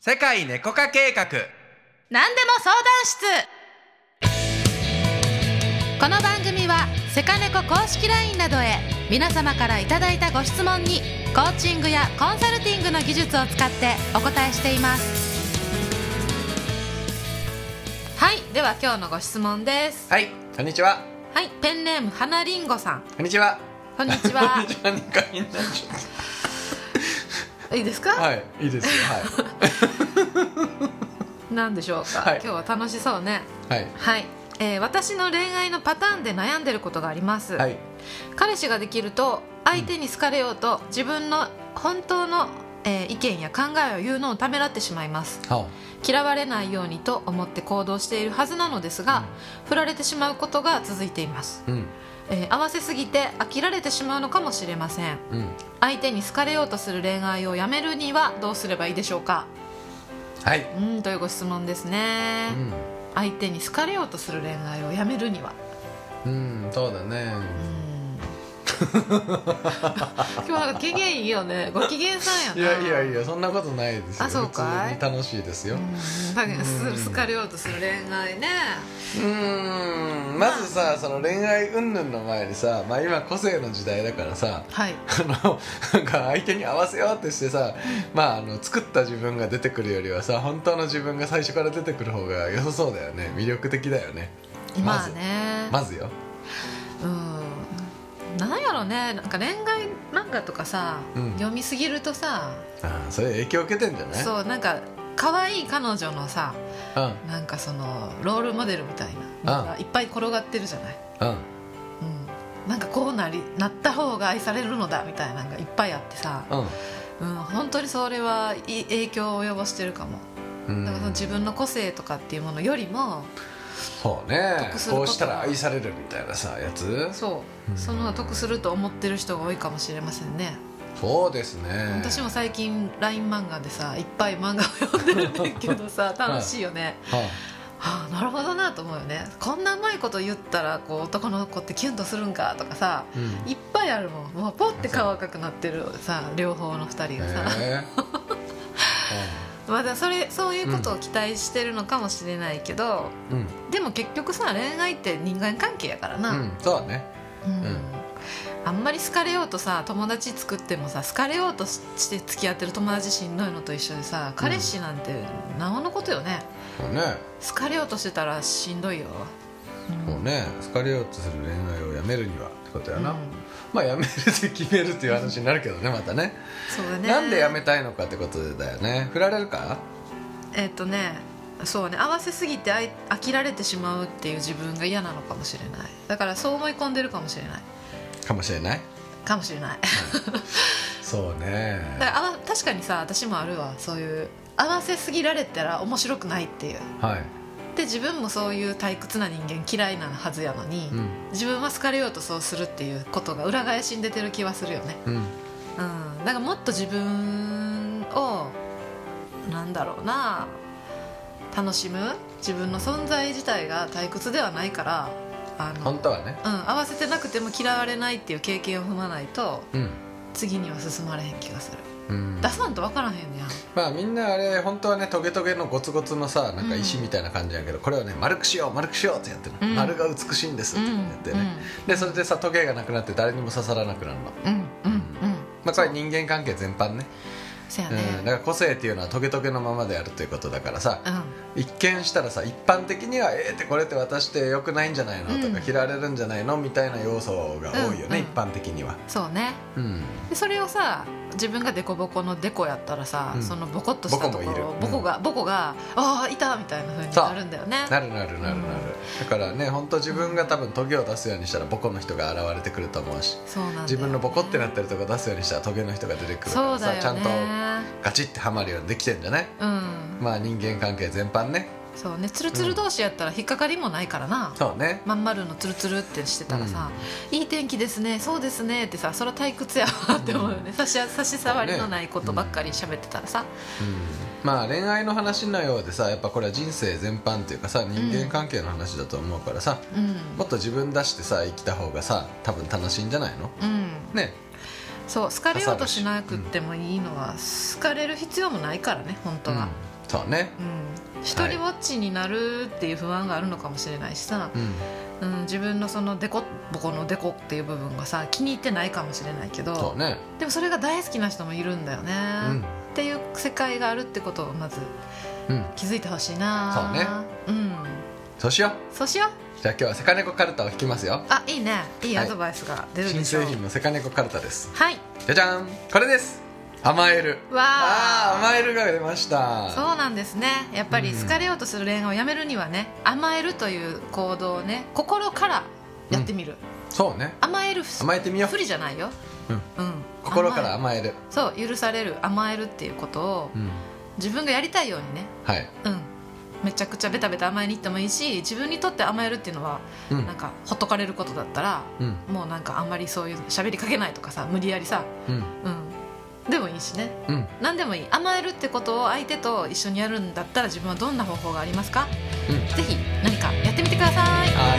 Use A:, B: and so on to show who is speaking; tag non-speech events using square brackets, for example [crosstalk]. A: 世界猫化計画
B: 何でも相談室この番組はセカネコ公式 LINE などへ皆様からいただいたご質問にコーチングやコンサルティングの技術を使ってお答えしていますはいでは今日のご質問です
A: はいこんにちは
B: はいペンネーム花りんごさん
A: こんにちは
B: こんにちは
A: こんにちは二回になっちゃっ
B: いいです
A: た [laughs]
B: か、
A: はいいいですよは
B: なんでしょうか、
A: はい
B: 今日は楽しそうね [laughs]
A: いはい
B: はい、えー私の恋愛のパターンで悩んでることがあります、
A: はい
B: 彼氏ができると相手に好かれようと自分の本当の、えー意見や考えを言うのをためらってしまいます
A: は
B: 嫌われないようにと思って行動しているはずなのですが、振られてしまうことが続いています、
A: おうん
B: えー合わせすぎて飽きられてしまうのかもしれません
A: うん
B: 相手に好かれようとする恋愛をやめるにはどうすればいいでしょうか
A: はい、
B: うんというご質問ですね、相手に好かれようとする恋愛をやめる
A: [laughs]
B: には
A: うんうんそうだね
B: 今日なんか機嫌いいよねご機嫌さん
A: い
B: や
A: や
B: ない
A: やいやそんなことないですよ
B: あそうかい
A: 普通に楽しいですよ
B: うんだけど
A: うん
B: す好かれようとする恋愛ね
A: うんまずさその恋愛云々の前にさまあ今個性の時代だからさ
B: はい
A: あのなんか相手に合わせようってしてさ、まあ、あの作った自分が出てくるよりはさ本当の自分が最初から出てくる方が良さそうだよね魅力的だよねま
B: まあ
A: ず
B: ね、
A: まずよ
B: うんなんやろねなんか恋愛漫画とかさ、
A: うん
B: 読みすぎるとさ
A: ああそれ影響受けてんじゃない
B: そうなんか可愛い彼女のさ
A: うん
B: なんかそのロールモデルみたいなのがいっぱい転がってるじゃない、
A: うん
B: うん、なんかこうなりなった方が愛されるのだみたいなのがいっぱいあってさ、
A: うん
B: うん、本当にそれはいい影響を及ぼしてるかも
A: うん
B: だからその自分の個性とかっていうものよりも
A: そうね
B: 得する
A: こ
B: ことが
A: うしたら愛されるみたいなさやつ
B: そう、
A: うん
B: その方が得すると思ってる人が多いかもしれませんね、
A: そうですね
B: 私も最近 LINE 漫画でさいっぱい漫画を読んでるんだけ
A: [laughs]
B: どさ楽しいよね、
A: は
B: はあなるほどなと思うよねこんなうまいこと言ったらこう男の子ってキュンとするんかとかさ
A: あ、うん
B: いっぱいあるもんもうポッて顔赤くなってるさ両方の2人がさ、
A: へえ
B: まだそれそういうことを期待してるのかもしれないけど、
A: うんうん
B: でも結局さ恋愛って人間関係やからな、
A: うんそうだね
B: うんあんまり好かれようとさ友達作ってもさ好かれようとしして付き合ってる友達しんどいのと一緒でさ彼氏なんてなおのことよね
A: そうね
B: 好かれようとしてたらしんどいよ、うん
A: そうね好かれようとする恋愛をやめるにはってことやな、
B: うん
A: まあやめるって決めるっていう話になるけどねまたね
B: そうだね
A: なんでやめたいのかってことだよね振られるから
B: えっ、とねそうね合わせすぎてあい飽きられてしまうっていう自分が嫌なのかもしれないだからそう思い込んでるかもしれない
A: かもしれない
B: かもしれない
A: そうね
B: だからあわ確かにさ私もあるわそういう合わせすぎられたら面白くないっていう
A: はい
B: で自分もそういう退屈な人間嫌いなはずやのに、
A: うん
B: 自分は好かれようとそうするっていうことが裏返しに出てる気はするよね
A: うん
B: うんだからもっと自分をなんだろうな楽しむ自分の存在自体が退屈ではないからあの、う
A: 本当はね
B: ん、合わせてなくても嫌われないっていう経験を踏まないと
A: うん
B: 次には進まれへん気がする
A: うん
B: 出さんと分からへんやん
A: まあみんなあれ本当はねトゲトゲのゴツゴツのさなんか石
B: うん
A: みたいな感じやけど、これをね丸くしよう丸くしようってやってる、
B: うん
A: 丸が美しいんですってやってね、でそれでさトゲがなくなって誰にも刺さらなくなるの
B: うんうんうんうん、うん、
A: まあこれ人間関係全般ね
B: せや
A: う
B: ね
A: ん、だから個性っていうのはトゲトゲのままであるということだからさ、
B: うん
A: 一見したらさ一般的には「えー、ってこれって私って良くないんじゃないの?」と
B: うん
A: か「嫌われるんじゃないの?」みたいな要素が多いよね、
B: うんうん
A: 一般的には、
B: そうね
A: うん、
B: でそれをさ自分がデコボコのデコやったらさ、
A: うん
B: そのボコっとしたと
A: ボ
B: こ
A: コもいる
B: ろ
A: うん
B: ボコが、ボコがああいたみたいな風になるんだよね
A: なるなるなるなる、だからね本当自分が多分トゲを出すようにしたらボコの人が現れてくると思うし
B: そうなんだよね
A: 自分のボコってなってるとこ出すようにしたらトゲの人が出てくるか
B: そう
A: らさ、
B: だよね
A: ちゃんとガチってはまるようにできてんじゃない
B: うん
A: まあ人間関係全般ね
B: そうねツルツル同士やったら引っかかりもないからな、
A: そうね
B: まん丸のツルツルってしてたらさ、いい天気ですねそうですねってさそれは退屈やわって思うよね、差し差し障りのないことばっかり喋ってたらさ、
A: うんまあ恋愛の話のようでさやっぱこれは人生全般っていうかさ人間関係の話だと思うからさ、
B: うん
A: もっと自分出してさ生きた方がさ多分楽しいんじゃないの
B: うん、
A: ね
B: そう好かれようとしなくってもいいのは好かれる必要もないからね本当は、
A: うんそうね
B: うん、一人ぼっちになるっていう不安があるのかもしれないしさ、
A: うん
B: うん、自分のそのデコボコのデコっていう部分がさ気に入ってないかもしれないけ
A: そ
B: ど
A: うね
B: でもそれが大好きな人もいるんだよね、
A: うん
B: っていう世界があるってことをまず
A: うん
B: 気づいてほしいなそうねうん
A: そうしよ
B: そうしよう
A: うじゃあ今日はセカネコカルタを引きますよ
B: あいいねいい
A: は
B: ア
A: い
B: ドバイスが出る
A: 新
B: でしょう、
A: 製
B: はい、
A: 品のセカネコカルタですじゃじゃんこれです甘える
B: わ
A: あ
B: あ
A: ー甘えるが出ました
B: そうなんですねやっぱり
A: うん
B: 好かれようとする恋愛をやめるにはね甘えるという行動をね心からやってみる、
A: そうね
B: 甘える
A: 甘えてみよう
B: 不利じゃないよ、
A: うん
B: うん
A: 心から
B: 甘
A: 甘
B: え
A: える
B: そう許される甘えるっていうことを
A: うん
B: 自分がやりたいようにね
A: はい
B: うんめちゃくちゃベタベタ甘えに行ってもいいし自分にとって甘えるっていうのは
A: うん
B: なんかほっとかれることだったら、
A: うん
B: もうなんかあんまりそういう喋りかけないとかさ無理やりさ
A: うん
B: うんでもいいしね
A: うん
B: 何でもいい甘えるってことを相手と一緒にやるんだったら自分はどんな方法がありますか、
A: うん
B: ぜひ何かやってみてください
A: は